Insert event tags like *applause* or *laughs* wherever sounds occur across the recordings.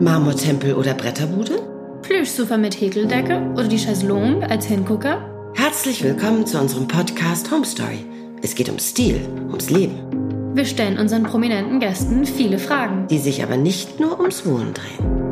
Marmortempel oder Bretterbude? Plüschsofa mit Häkeldecke oder die Chaiselongue als Hingucker? Herzlich willkommen zu unserem Podcast Home Story. Es geht um Stil, ums Leben, Wir stellen unseren prominenten Gästen viele Fragen. die sich aber nicht nur ums Wohnen drehen.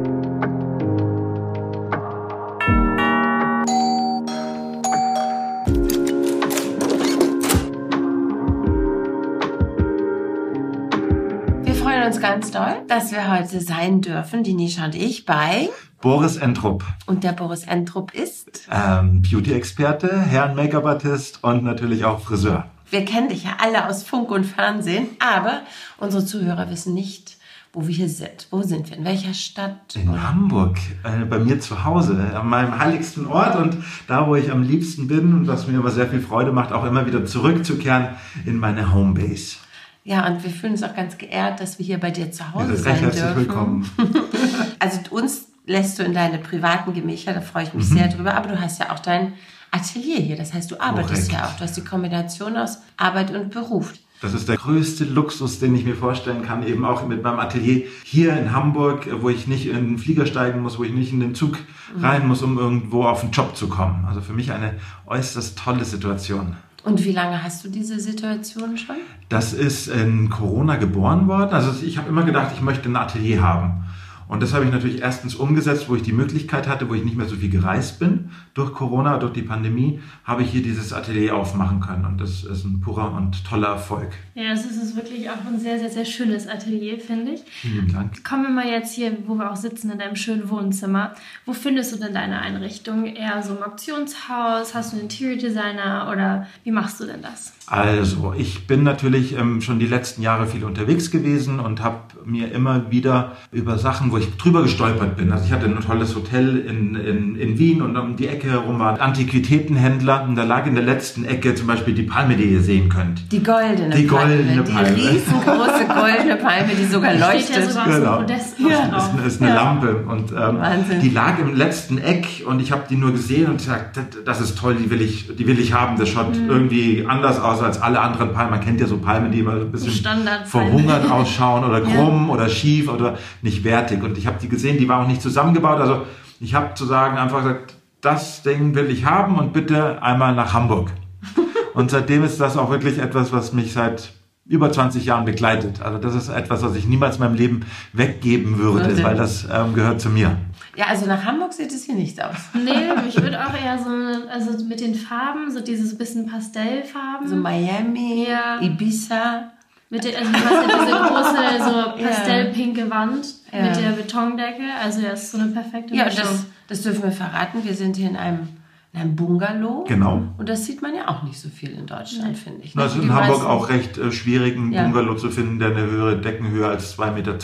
Wir freuen uns ganz doll, dass wir heute sein dürfen, die Nisha und ich, bei Boris Entrup, und der Boris Entrup ist. ähm, Beauty-Experte, Herren-Make-up-Artist und natürlich auch Friseur. Wir kennen dich ja alle aus Funk und Fernsehen, aber unsere Zuhörer wissen nicht, wo wir hier sind. Wo sind wir? In welcher Stadt? In Hamburg, äh, bei mir zu Hause, an meinem heiligsten Ort und da, wo ich am liebsten bin und was mir aber sehr viel Freude macht, auch immer wieder zurückzukehren in meine Homebase. Ja, und wir fühlen uns auch ganz geehrt, dass wir hier bei dir zu Ihr Hause seid sein recht herzlich dürfen. willkommen. *laughs* Also uns lässt du in deine privaten Gemächer, da freue ich mich sehr Mhm. drüber. Aber du hast ja auch dein Atelier hier. Das heißt, du arbeitest Korrekt. ja auch. Du hast die Kombination aus Arbeit und Beruf. Das ist der größte Luxus, den ich mir vorstellen kann, eben auch mit meinem Atelier hier in Hamburg, wo ich nicht in den Flieger steigen muss, wo ich nicht in den Zug Mhm. rein muss, um irgendwo auf den Job zu kommen. Also für mich eine äußerst tolle Situation. Und wie lange hast du diese Situation schon? Das ist in Corona geboren worden. Also ich habe immer gedacht, ich möchte ein Atelier haben. Und das habe ich natürlich erstens umgesetzt, wo ich die Möglichkeit hatte, wo ich nicht mehr so viel gereist bin. Durch Corona, durch die Pandemie, habe ich hier dieses Atelier aufmachen können. Und das ist ein purer und toller Erfolg. Ja, es ist- es ist wirklich auch ein sehr, sehr, sehr schönes Atelier, finde ich. Vielen Dank. Kommen wir mal jetzt hier, wo wir auch sitzen, in deinem schönen Wohnzimmer. Wo findest du denn deine Einrichtung? Eher so im Auktionshaus? Hast du einen Interior Designer? Oder wie machst du denn das? Also, ich bin natürlich ähm, schon die letzten Jahre viel unterwegs gewesen und habe mir immer wieder über Sachen, wo ich drüber gestolpert bin. Also ich hatte ein tolles Hotel in, in, in Wien und um die Ecke herum war ein Antiquitätenhändler und da lag in der letzten Ecke zum Beispiel die Palme, die ihr sehen könnt. Die goldene Die Palme. goldene Palme. Die riesengroße *laughs* goldene Palme, die sogar Steht ja leuchtet. sogar genau. Genau. auf dem Podest noch ja. *laughs* Das drauf. ist, eine- ist eine Lampe und ähm, Wahnsinn. die lag im letzten Eck und ich habe die nur gesehen und gesagt, das, das ist toll, die will ich, die will ich haben. Das schaut Mhm. irgendwie anders aus als alle anderen Palmen. Man kennt ja so Palmen, die immer ein bisschen Standardpalmen. verhungert ausschauen oder krumm oder schief oder nicht wertig. Und ich habe die gesehen, die war auch nicht zusammengebaut. Also ich habe zu sagen einfach gesagt, das Ding will ich haben und bitte einmal nach Hamburg. *laughs* Und seitdem ist das auch wirklich etwas, was mich seit über 20 Jahren begleitet. Also das ist etwas, was ich niemals in meinem Leben weggeben würde, Wahnsinn. weil das ähm, gehört zu mir. Ja, also nach Hamburg sieht es hier nicht aus. Nee, *laughs* ich würde auch eher so, eine- also mit den Farben, so dieses bisschen Pastellfarben. So Also Miami, Ja. Ibiza. Mit der, also du hast ja diese große, *laughs* so pastellpinke Wand Ja. mit der Betondecke. Also ja, ist so eine perfekte Ja, und Mischung. das, das dürfen wir verraten. Wir sind hier in einem, in einem Bungalow. Genau. Und das sieht man ja auch nicht so viel in Deutschland, finde ich. ne? Na, Es ist Die in Hamburg meisten- auch recht äh, schwierig, einen Ja. Bungalow zu finden, der eine höhere Deckenhöhe als 2,20 Meter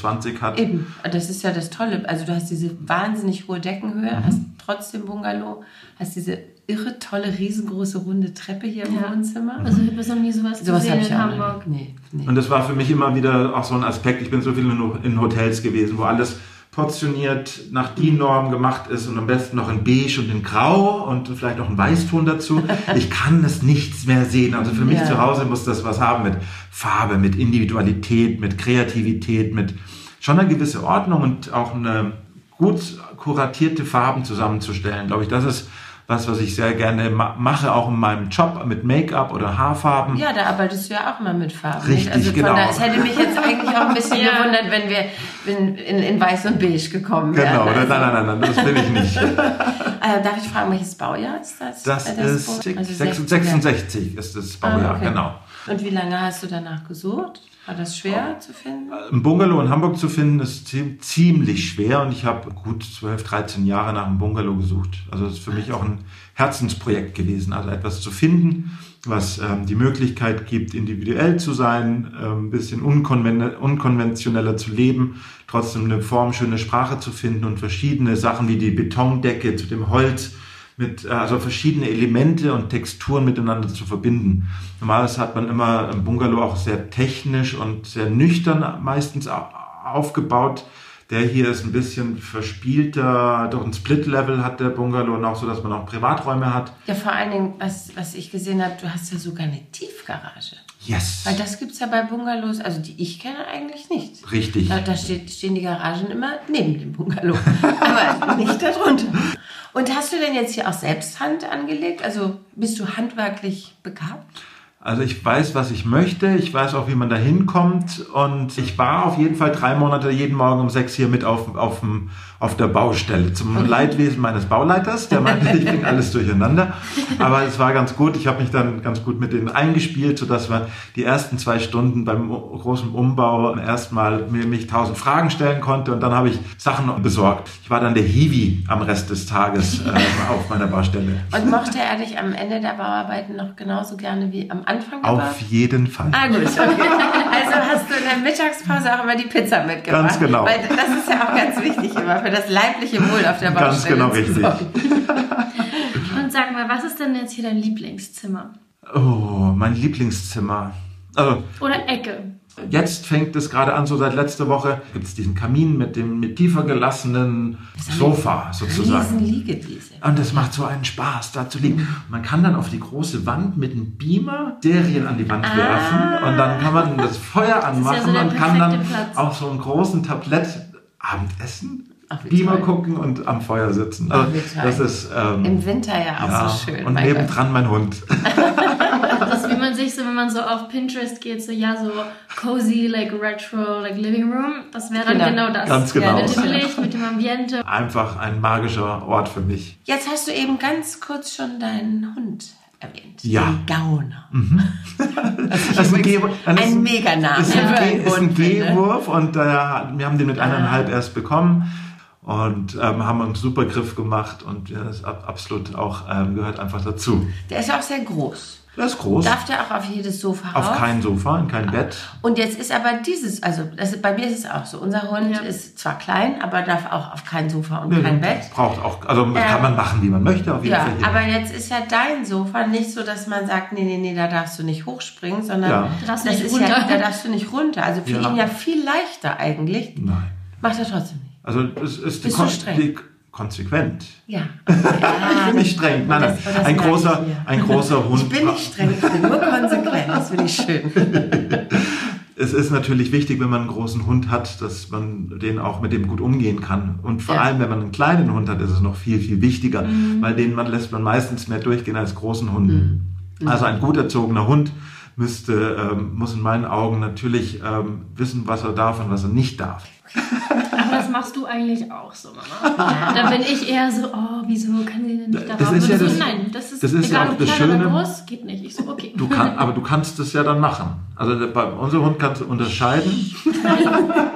hat. Eben, das ist ja das Tolle. Also du hast diese wahnsinnig hohe Deckenhöhe, Mhm. hast trotzdem Bungalow, hast diese irre tolle, riesengroße, runde Treppe hier im Ja. Wohnzimmer. Also ich habe noch nie sowas Sowas habe gesehen ich in auch Hamburg. noch nie. Nee, nee. Und das war für mich immer wieder auch so ein Aspekt. Ich bin so viel in, in Hotels gewesen, wo alles portioniert nach DIN Mhm. Norm gemacht ist und am besten noch in beige und in grau und vielleicht noch ein *laughs* Weißton dazu. Ich kann das nichts mehr sehen. Also für mich Ja. zu Hause muss das was haben mit Farbe, mit Individualität, mit Kreativität, mit schon eine gewisse Ordnung und auch eine gut kuratierte Farben zusammenzustellen. Glaube ich, das ist was, was ich sehr gerne ma mache, auch in meinem Job mit Make-up oder Haarfarben. Ja, da arbeitest du ja auch mal mit Farben. Richtig, nicht? also genau. Von da, es hätte mich jetzt eigentlich auch ein bisschen Ja. gewundert, wenn wir in, in, in weiß und beige gekommen Genau, wären. Also, oder? Nein, nein, nein, nein, *laughs* das bin ich nicht. Äh, darf ich fragen, welches Baujahr ist das? Das Äh, ist Boot? Also 66, 66. ist das Ah, Baujahr, okay. genau. Oh. Und wie lange hast du danach gesucht? War das schwer zu finden? Ein Bungalow in Hamburg zu finden ist zie- ziemlich schwer und ich habe gut 12, 13 Jahre nach einem Bungalow gesucht. Also das ist für mich auch ein Herzensprojekt gewesen, also etwas zu finden, was ähm, die Möglichkeit gibt, individuell zu sein, ähm, ein bisschen unkonven unkonventioneller zu leben, trotzdem eine formschöne Sprache zu finden und verschiedene Sachen wie die Betondecke zu dem Holz mit, äh, also verschiedene Elemente und Texturen miteinander zu verbinden. Normalerweise hat man immer im Bungalow auch sehr technisch und sehr nüchtern meistens au- aufgebaut. Der hier ist ein bisschen verspielter, doch ein Split-Level hat der Bungalow und auch so, dass man auch Privaträume hat. Ja, vor allen Dingen, was, was ich gesehen habe, du hast ja sogar eine Tiefgarage. Yes. Weil das gibt es ja bei Bungalows, also die ich kenne eigentlich nicht. Richtig. Da, da steht, stehen die Garagen immer neben dem Bungalow, *laughs* aber nicht darunter. Und hast du denn jetzt hier auch selbst Hand angelegt? Also bist du handwerklich begabt? Also ich weiß, was ich möchte, ich weiß auch, wie man da hinkommt und ich war auf jeden Fall drei Monate jeden Morgen um sechs hier mit auf, auf, dem, auf der Baustelle zum Leidwesen meines Bauleiters, der meinte, ich bringe alles durcheinander, aber es war ganz gut, ich habe mich dann ganz gut mit denen eingespielt, sodass wir die ersten zwei Stunden beim großen Umbau erstmal mir mich tausend Fragen stellen konnte und dann habe ich Sachen besorgt. Ich war dann der Hiwi am Rest des Tages äh, auf meiner Baustelle. Und mochte er dich am Ende der Bauarbeiten noch genauso gerne wie am Anfang? der Bau- Auf jeden Fall. Ah gut, okay. Also hast du in der Mittagspause auch immer die Pizza mitgebracht. Ganz genau. Weil das ist ja auch ganz wichtig immer für das leibliche Wohl auf der Baustelle. Ganz genau zu richtig. sorgen. Und sag mal, was ist denn jetzt hier dein Lieblingszimmer? Oh, mein Lieblingszimmer. Also, Oder Ecke? jetzt fängt es gerade an, so seit letzter Woche gibt es diesen Kamin mit dem mit tiefer gelassenen Sofa sozusagen. Riesenliegewiese. Und das macht so einen Spaß, da zu liegen. Man kann dann auf die große Wand mit einem Beamer Serien an die Wand Ah. werfen und dann kann man das Feuer anmachen ja so der und kann dann perfekte Platz. auf so einem großen Tablett Abendessen, Ach, wie Beamer toll. gucken und am Feuer sitzen. Also, wie toll. das ist ähm, Im Winter ja auch ja, so schön. Und mein Gott. nebendran mein Hund. Das ist, wie man sich so, wenn man so auf Pinterest geht, so ja, so cozy, like retro, like living room. Das wäre dann Genau. genau, das. Ganz Ja, genau. Mit dem Licht, mit dem Ambiente. Einfach ein magischer Ort für mich. Jetzt hast du eben ganz kurz schon deinen Hund erwähnt. Ja. Mhm. Den Gauner. Das ist ein, Ge das ist Also Ein Meganame. Ist für ein, einen Ge ist ein Hund, finde. Ah. Gehwurf und äh, wir haben den mit eineinhalb erst bekommen und ähm, haben einen super Griff gemacht und ja, das ab, absolut auch ähm, gehört einfach dazu. Der ist ja auch sehr groß. Der ist groß, Darf der auch Ah, auf jedes Sofa auf rauf? kein Sofa, in kein Bett. Und jetzt ist aber dieses, also das, bei mir ist es auch so. Unser Hund Ja. ist zwar klein, aber darf auch auf kein Sofa und Nö, kein Bett. Braucht auch, also kann man machen, wie man möchte, auf jeden Ja, Fall. hier. aber jetzt ist ja dein Sofa nicht so, dass man sagt, nee, nee, nee, da darfst du nicht hochspringen, sondern Ja. Da darfst du das nicht ist ja, runter. da darfst du nicht runter. Also für Ja. Mhm. ihn ja viel leichter eigentlich. Nein. Macht er trotzdem nicht. Also es ist die, Bist du Kon streng? die konsequent. Ja. *laughs* Ich bin nicht streng. Nein, das- nein. das ein, merke ich großer, mir. ein *laughs* großer Hund. Ich bin braucht- nicht streng, ich bin nur konsequent. Das finde ich schön. es ist natürlich wichtig, wenn man einen großen Hund hat, dass man den auch mit dem gut umgehen kann. Und vor Ja. Mhm. allem, wenn man einen kleinen Hund hat, ist es noch viel, viel wichtiger, weil den man lässt man meistens mehr durchgehen als großen Hunden. Mhm. Also ein gut erzogener Hund müsste, ähm, muss in meinen Augen natürlich ähm, wissen, was er darf und was er nicht darf. Aber das machst du eigentlich auch so, *laughs* Mama. da bin ich eher so, oh, wieso kann sie denn nicht da Das rauf? ist Und ja du so, das- nein, das ist, das ist ja egal, auch ob das klein oder Schöne. groß, geht nicht. Ich so, okay. *laughs* Du *laughs* kann, aber du kannst es ja dann machen. Also bei unserem Hund kannst du unterscheiden,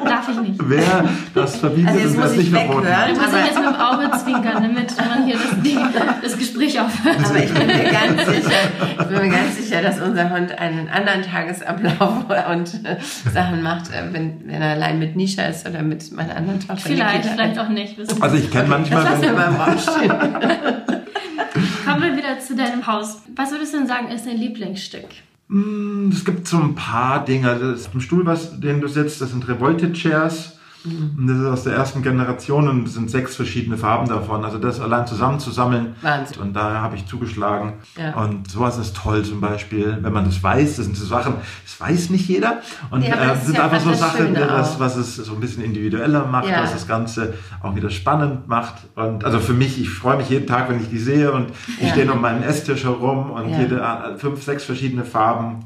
Darf ich nicht. *laughs* wer das verbietet Also jetzt und wer muss es ich nicht verboten hat. Du weghören. musst Aber, ich jetzt mit dem Auge zwinkern, damit man hier das, Ding, das Gespräch aufhört. Also aber ich bin mir ganz sicher, ich bin mir ganz sicher, dass unser Hund einen anderen Tagesablauf *laughs* und äh, Sachen macht, äh, wenn, wenn er allein mit Nisha ist oder mit meiner anderen Tochter. Vielleicht, Nikita. vielleicht auch nicht. wissen wir. Also ich kenne manchmal... Das lassen wir wenn- mal im Raum stehen. Kommen wir wieder zu deinem Haus. Was würdest du denn sagen, ist dein Lieblingsstück? Mm, Es gibt so ein paar Dinge. Also das ist ein Stuhl, was, den du sitzt, das sind Revolte Chairs. Mhm. Und Das ist aus der ersten Generation und es sind sechs verschiedene Farben davon. Also das allein zusammenzusammeln. Wahnsinn. Und da habe ich zugeschlagen. Ja. Und sowas ist toll zum Beispiel, wenn man das weiß. Das sind so Sachen, das weiß nicht jeder. Und Ja, aber das äh, ist sind ja einfach so das Sachen, Schöne das, auch. was es so ein bisschen individueller macht, Ja. was das Ganze auch wieder spannend macht. Und also für mich, ich freue mich jeden Tag, wenn ich die sehe und ich Ja. stehe um meinen Esstisch herum und Ja. jede äh, fünf, sechs verschiedene Farben.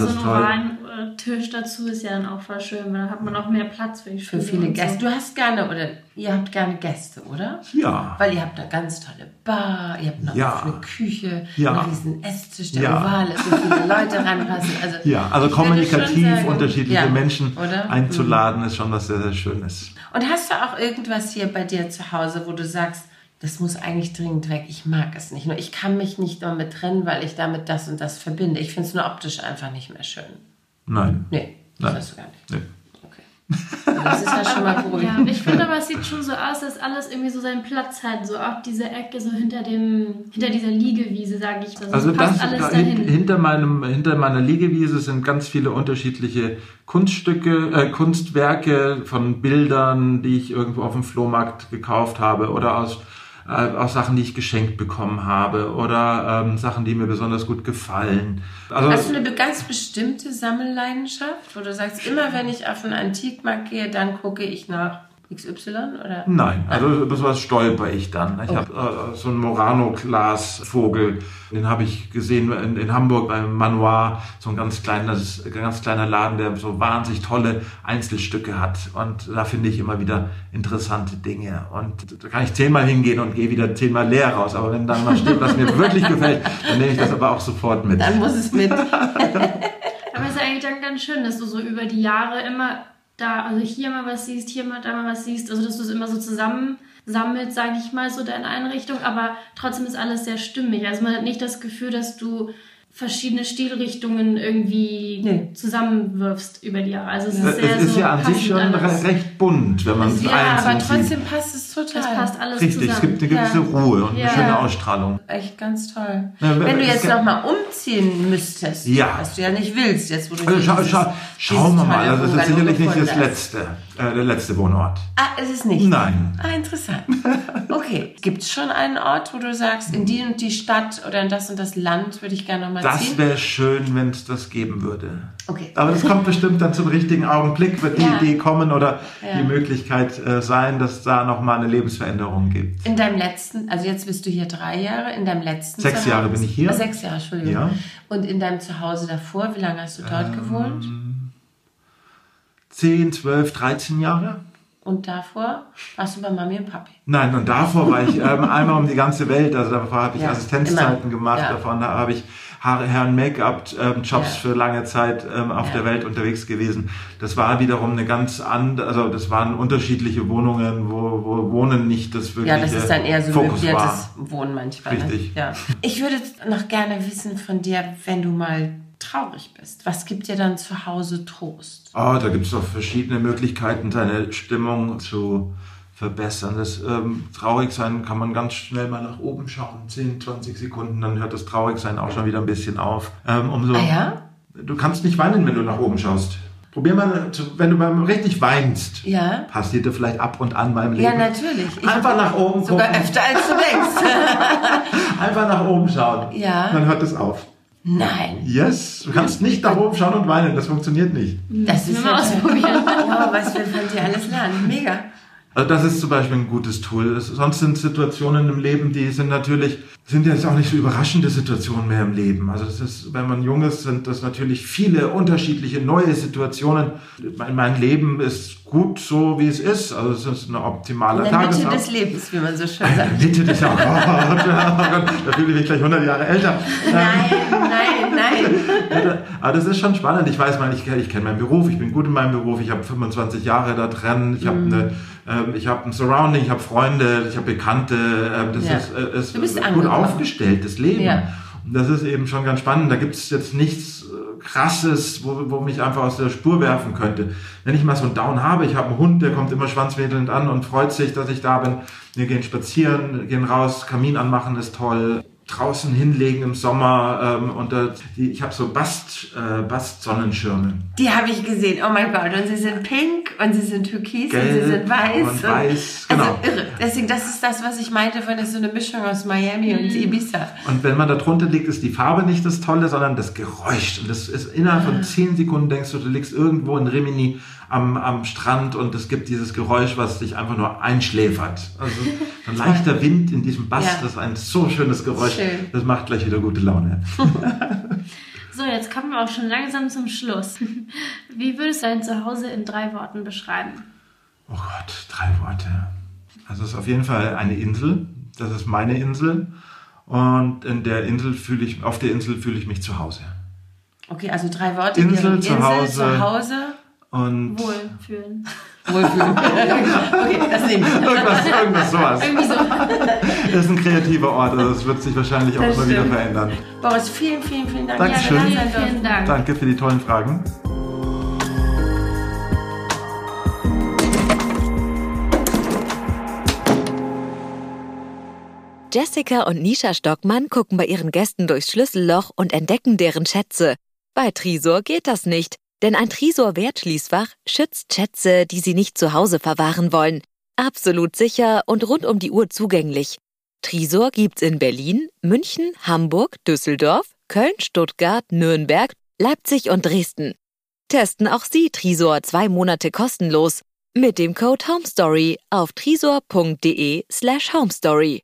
ja, so ist einen toll. ovalen äh, Tisch dazu ist ja dann auch voll schön, weil dann hat man auch mehr Platz für die Für Stühle viele und Gäste. So. Du hast gerne oder ihr habt gerne Gäste, oder? Ja. Weil ihr habt eine ganz tolle Bar, ihr habt eine Ja. offene Küche, Ja. einen riesen Esstisch, der Ja. oval ist, wo viele Leute ranpassen. Also, Ja, also ich würde schon kommunikativ sagen, unterschiedliche ja, Menschen oder? Mhm. einzuladen, ist schon was sehr, sehr Schönes. Und hast du auch irgendwas hier bei dir zu Hause, wo du sagst, das muss eigentlich dringend weg, ich mag es nicht. Nur ich kann mich nicht damit trennen, weil ich damit das und das verbinde. Ich finde es nur optisch einfach nicht mehr schön. Nein. Nee, das Nein. hast du gar nicht. Nee. Okay. Das ist ja schon mal beruhigend. Ja, ich finde aber, es sieht schon so aus, dass alles irgendwie so seinen Platz hat. So auch diese Ecke, so hinter dem, hinter dieser Liegewiese, sage ich. Also, Also es passt das, alles da dahin. hin, hinter, meinem, hinter meiner Liegewiese sind ganz viele unterschiedliche Kunststücke, äh, Kunstwerke von Bildern, die ich irgendwo auf dem Flohmarkt gekauft habe oder aus äh, auch Sachen, die ich geschenkt bekommen habe oder ähm, Sachen, die mir besonders gut gefallen. Also, Hast du eine be- ganz bestimmte Sammelleidenschaft, wo du sagst, immer wenn ich auf einen Antikmarkt gehe, dann gucke ich nach XY oder? Nein, also über sowas stolper ich dann. Ich habe äh, so einen Morano-Glas-Vogel, den habe ich gesehen in, in Hamburg beim Manoir, so ein ganz, kleines, ganz kleiner Laden, der so wahnsinnig tolle Einzelstücke hat. Und da finde ich immer wieder interessante Dinge. Und da kann ich zehnmal hingehen und gehe wieder zehnmal leer raus. Aber wenn dann mal steht, *laughs* was mir wirklich gefällt, dann nehme ich das aber auch sofort mit. Dann muss es mit. Aber es ist eigentlich dann ganz schön, dass du so über die Jahre immer da, also hier mal was siehst, hier mal da mal was siehst, also dass du es immer so zusammen sammelt, sage ich mal, so deine Einrichtung, aber trotzdem ist alles sehr stimmig. Also man hat nicht das Gefühl, dass du verschiedene Stilrichtungen irgendwie Nee. zusammenwirfst über die Jahre. Also es ist es sehr ist so ja an sich passend schon alles. re recht bunt, wenn man es ja, einzeln aber sieht. trotzdem passt es total. Es passt alles Richtig, es zusammen. gibt eine gewisse Ja. Ruhe und eine Ja. schöne Ausstrahlung. Echt ganz toll. Na, wenn du es jetzt kann- nochmal umziehen müsstest, Ja. was du ja nicht willst, jetzt wo du Also hier schau, dieses- schau, dieses schauen wir mal. tolle Also das Bungalow ist sicherlich nicht das gefunden hast. letzte, äh, der letzte Wohnort. Ah, es ist nicht. Nein. Ah, interessant. Okay. Gibt es schon einen Ort, wo du sagst, in die und die Stadt oder in das und das Land würde ich gerne nochmal Das ziehen? wäre schön, wenn es das geben würde. Okay. Aber das kommt bestimmt dann zum richtigen Augenblick, wird die Ja. Idee kommen oder Ja. die Möglichkeit äh, sein, dass da nochmal eine Lebensveränderung gibt. In deinem letzten, also jetzt bist du hier drei Jahre, in deinem letzten Sechs Zuhause- Jahre bin ich hier. Ah, Sechs Jahre, Entschuldigung. Ja. Ähm. Und in deinem Zuhause davor, wie lange hast du dort gewohnt? Zehn, zwölf, 13 Jahre? Und davor warst du bei Mami und Papi. Nein, und davor war ich ähm, einmal um die ganze Welt. Also davor habe ich Ja, Assistenzzeiten immer. gemacht, Ja. davon habe ich Haare, Herren Make-up-Jobs Ja. ähm, für lange Zeit ähm, auf Ja. der Welt unterwegs gewesen. Das war wiederum eine ganz andere, also das waren unterschiedliche Wohnungen, wo, wo Wohnen nicht das wirkliche Ja, das ist dann eher so Fokus möbliertes war. Wohnen manchmal. Richtig. Ne? Ja. Ich würde noch gerne wissen von dir, wenn du mal traurig bist, was gibt dir dann zu Hause Trost? Ah, da gibt es doch verschiedene Möglichkeiten, seine Stimmung zu verbessern. Das ähm, Traurigsein kann man ganz schnell mal nach oben schauen, 10, 20 Sekunden, dann hört das Traurigsein auch schon wieder ein bisschen auf. Ähm, umso Ah ja? Du kannst nicht weinen, wenn du nach oben schaust. Probier mal, zu- wenn du mal richtig weinst, Ja. passiert dir vielleicht ab und an beim Leben. Ja, natürlich. Ich Einfach nach oben sogar gucken, öfter als du *laughs* denkst. einfach nach oben schauen. Ja. Dann hört es auf. Nein. Yes, du kannst nicht nach oben schauen und weinen, das funktioniert nicht. Das ist wir mal *laughs* ja toll. Wow, was wir von dir alles lernen. Mega. Also das ist zum Beispiel ein gutes Tool. Es- Sonst sind Situationen im Leben, die sind natürlich, sind ja jetzt auch nicht so überraschende Situationen mehr im Leben. Also das ist, wenn man jung ist, sind das natürlich viele unterschiedliche neue Situationen. Mein, mein Leben ist gut so, wie es ist. Also es ist eine optimale In der Mitte Tagesab- des Lebens, wie man so schön *laughs* sagt. In der Mitte des Lebens. Oh Gott, oh Gott, da fühle ich mich gleich 100 *laughs* Jahre älter. Nein, nein, nein. Aber das ist schon spannend. Ich weiß, mein, ich, ich kenne meinen Beruf, ich bin gut in meinem Beruf, ich habe 25 Jahre da drin, ich habe Mhm. eine, ähm, ich habe ein Surrounding, ich habe Freunde, ich habe Bekannte. ähm, das Ja. ist, äh, ist Du bist gut angekommen. aufgestellt, das Leben. Ja. Und das ist eben schon ganz spannend. Da gibt es jetzt nichts äh, Krasses, wo, wo mich einfach aus der Spur werfen könnte. Wenn ich mal so einen Down habe, ich habe einen Hund, der kommt immer schwanzwedelnd an und freut sich, dass ich da bin. Wir gehen spazieren, gehen raus, Kamin anmachen ist toll. Draußen hinlegen im Sommer ähm, und da, die, ich habe so Bast, äh, Bast-Sonnenschirme. Die habe ich gesehen. Oh mein Gott. Und sie sind pink und sie sind türkis und Gelb sie sind weiß. und weiß, genau. Also irre. Deswegen, das ist das, was ich meinte, von das ist so eine Mischung aus Miami und Mhm. Ibiza. Und wenn man da drunter liegt, ist die Farbe nicht das Tolle, sondern das Geräusch. Und das ist innerhalb von zehn Sekunden denkst du, du liegst irgendwo in Rimini am, am Strand und es gibt dieses Geräusch, was dich einfach nur einschläfert. Also *laughs* so ein leichter Wind in diesem Bass, Ja. das ist ein so schönes Geräusch. Schön. Das macht gleich wieder gute Laune. So, jetzt kommen wir auch schon langsam zum Schluss. *laughs* Wie würdest du dein Zuhause in drei Worten beschreiben? Oh Gott, drei Worte. Also es ist auf jeden Fall eine Insel. Das ist meine Insel. Und in der Insel fühle ich, auf der Insel fühle ich mich zu Hause. Okay, also drei Worte. Insel, Insel, Zuhause. zu Hause. Und *laughs* Wohlfühlen. Wohlfühlen. *laughs* okay, das nehmen wir. irgendwas, *laughs* irgendwas sowas. Irgendwie so. Das ist ein kreativer Ort, also das wird sich wahrscheinlich auch Das immer wieder stimmt. verändern. Boris, vielen, vielen, vielen Dank. Ja, Dankeschön. dass wir da vielen, sein durften. vielen Dank. Danke für die tollen Fragen. Jessica und Nisha Stockmann gucken bei ihren Gästen durchs Schlüsselloch und entdecken deren Schätze. Bei Trisor geht das nicht, denn ein Trisor-Wertschließfach schützt Schätze, die sie nicht zu Hause verwahren wollen. Absolut sicher und rund um die Uhr zugänglich. Trisor gibt's in Berlin, München, Hamburg, Düsseldorf, Köln, Stuttgart, Nürnberg, Leipzig und Dresden. Testen auch Sie Trisor zwei Monate kostenlos mit dem Code HOMESTORY auf trisor.de slash homestory.